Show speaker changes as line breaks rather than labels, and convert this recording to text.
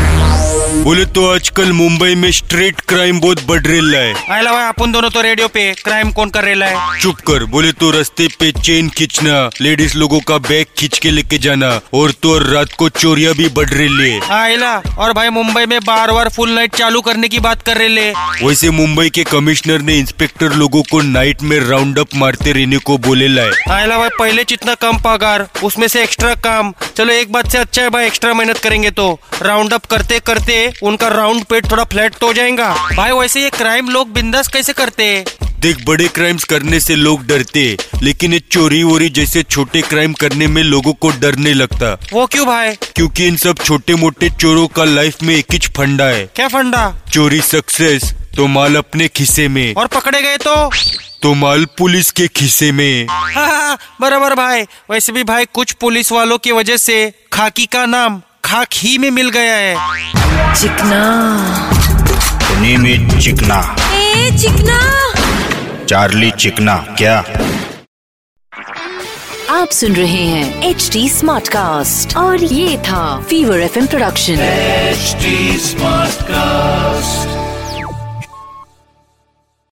बोले तो आजकल मुंबई में स्ट्रीट क्राइम बहुत बढ़ रहा है
आयला भाई आपण दोनों तो रेडियो पे क्राइम कौन कर रेला है
चुप कर बोले तो रास्ते पे चेन खींचना लेडीज लोगों का बैग खींच के लेके जाना और तो और रात को चोरिया भी बढ़ रही है
आयला और भाई मुंबई में बार बार फुल नाइट चालू करने की बात कर रेले
वैसे मुंबई के कमिश्नर ने इंस्पेक्टर लोगों को नाइट में राउंड अप मारते रहने को बोले है
आयला भाई पहले जितना कम पगार उसमें से एक्स्ट्रा काम चलो एक बात से अच्छा है भाई एक्स्ट्रा मेहनत करेंगे तो राउंड अप करते करते उनका राउंड पेट थोड़ा फ्लैट तो हो जाएगा भाई वैसे ये क्राइम लोग बिंदास कैसे करते हैं?
देख बड़े क्राइम्स करने से लोग डरते लेकिन ये चोरी वोरी जैसे छोटे क्राइम करने में लोगों को डरने लगता
वो क्यों भाई
क्योंकि इन सब छोटे मोटे चोरों का लाइफ में एक ही फंडा है
क्या फंडा
चोरी सक्सेस तो माल अपने खिसे में
और पकड़े गए तो
तो माल पुलिस के खिसे में
हाँ, बराबर भाई वैसे भी भाई कुछ पुलिस वालों की वजह से खाकी का नाम खाक ही में मिल गया है
चिकना
The name is चिकना
ए चिकना
चार्ली चिकना क्या
आप सुन रहे हैं एच डी स्मार्ट कास्ट और ये था fever F production
HD Smartcast.